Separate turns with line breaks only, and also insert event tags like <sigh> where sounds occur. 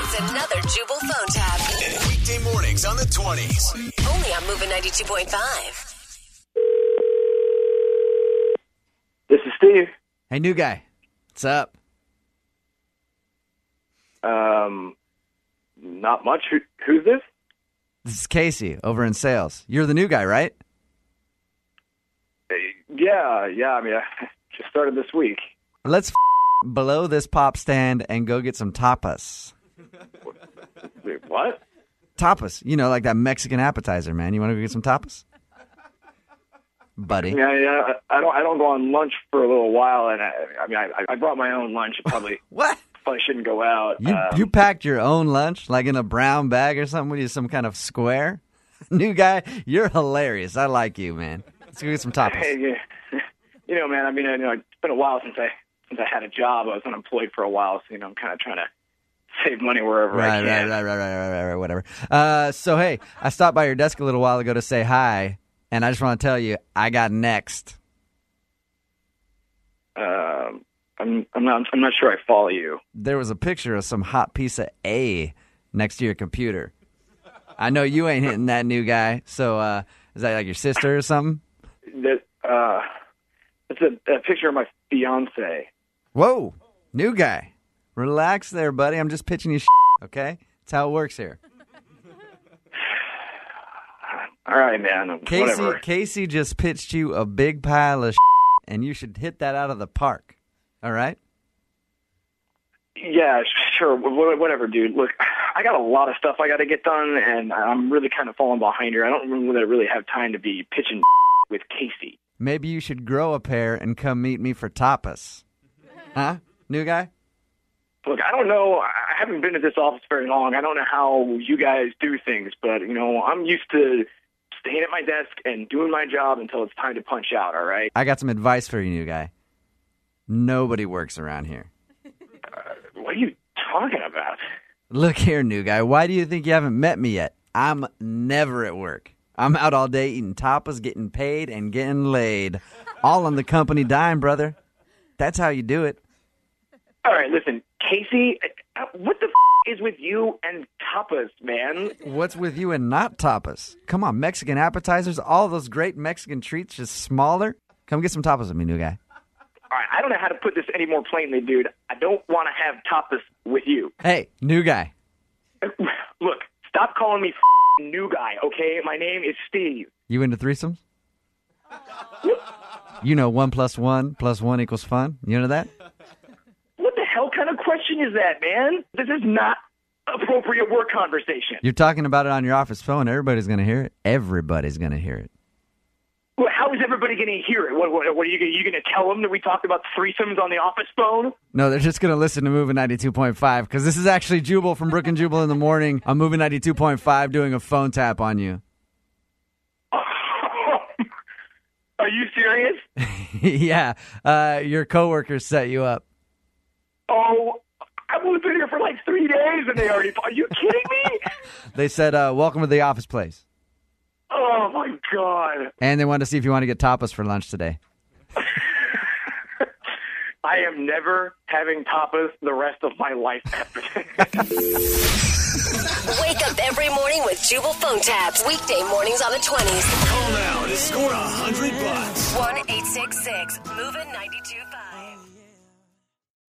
It's another Jubal phone tab.
Weekday mornings on the 20s.
Only on Moving 92.5.
This is Steve.
Hey, new guy. What's up?
Um, not much. Who, who's this?
This is Casey over in sales. You're the new guy, right?
Uh, Yeah, yeah. I mean, I <laughs> just started this week.
Let's f- below this pop stand and go get some tapas.
Wait, What?
Tapas, you know, like that Mexican appetizer, man. You want to go get some tapas? Buddy.
Yeah, yeah. I I don't. I don't go on lunch for a little while, and I, I mean, I, I brought my own lunch.
<laughs>
Probably,
What?
probably shouldn't go out.
You,
Um,
you packed your own lunch, like in a brown bag or something? What are you, some kind of square? <laughs> New guy, you're hilarious. I like you, man. Let's go get some
Hey,
tapas.
yeah. <laughs> you know, man. I mean, I, you know, it's been a while since I since I had a job. I was unemployed for a while, so you know, I'm kind of trying to save money wherever I
Right, right,
can.
right, right, right, right, right, right, whatever. Uh, so, hey, I stopped by your desk a little while ago to say hi, and I just want to tell you, I got next.
Um, I'm, I'm not. I'm not sure I follow you.
there was a picture of some hot piece of A next to your computer. I know you ain't hitting that new guy, so uh, is that like your sister or something?
That uh, it's a, a picture of my fiance.
Whoa, new guy. Relax there, buddy. I'm just pitching you shit, okay? That's how it works here.
All right, man.
Casey,
Whatever.
Casey just pitched you a big pile of shit, and you should hit that out of the park. All right?
Yeah, sure. wh- wh- Whatever, dude. Look, I got a lot of stuff I got to get done, and I'm really kind of falling behind here. I don't really that I really have time to be pitching <laughs> with Casey.
Maybe you should grow a pair and come meet me for tapas. Huh? New guy?
Look, I don't know. I I haven't been at this office very long. I don't know how you guys do things, but you know, I'm used to staying at my desk and doing my job until it's time to punch out. All right.
I got some advice for you, new guy. Nobody works around here.
What are you talking about?
Look here, new guy. Why do you think you haven't met me yet? I'm never at work. I'm out all day eating tapas, getting paid, and getting laid. All on the company dime, brother. That's how you do it.
All right, listen, Casey. uh, What the f- is with you and tapas, man?
What's with you and not tapas? Come on, Mexican appetizers, all those great Mexican treats, just smaller. Come get some tapas with me, new guy.
All right, I don't know how to put this any more plainly, dude. I don't want to have tapas with you. <laughs>
Hey, new guy.
Look, stop calling me f- new guy, okay? My name is Steve.
You into threesomes? You know, one plus one plus one equals fun. You know that?
What the hell kind of question is that, man? This is not appropriate work conversation.
You're talking about it on your office phone. Everybody's going to hear it. Everybody's going to hear it.
Well, How is everybody going to hear it? What, what, what are you, gonna- you going to tell them that we talked about threesomes on the office phone? <laughs>
No, they're just going to listen to Moving 92.5 because this is actually Jubal from Brook and Jubal in the morning on Moving 92.5 doing a phone tap on you. <laughs>
are you serious?
yeah, uh, your coworkers set you up.
Oh, I've only been here for like three days and they already. Are you kidding me?
They said, uh, welcome to the office place.
Oh, my God.
And they wanted to see if you want to get tapas for lunch today.
I am never having tapas the rest of my life <laughs> after this.
Wake up every morning with Jubal phone tabs. Weekday mornings on the 20s.
Call now to score a 100 bucks.
1 866 Moving 92.5.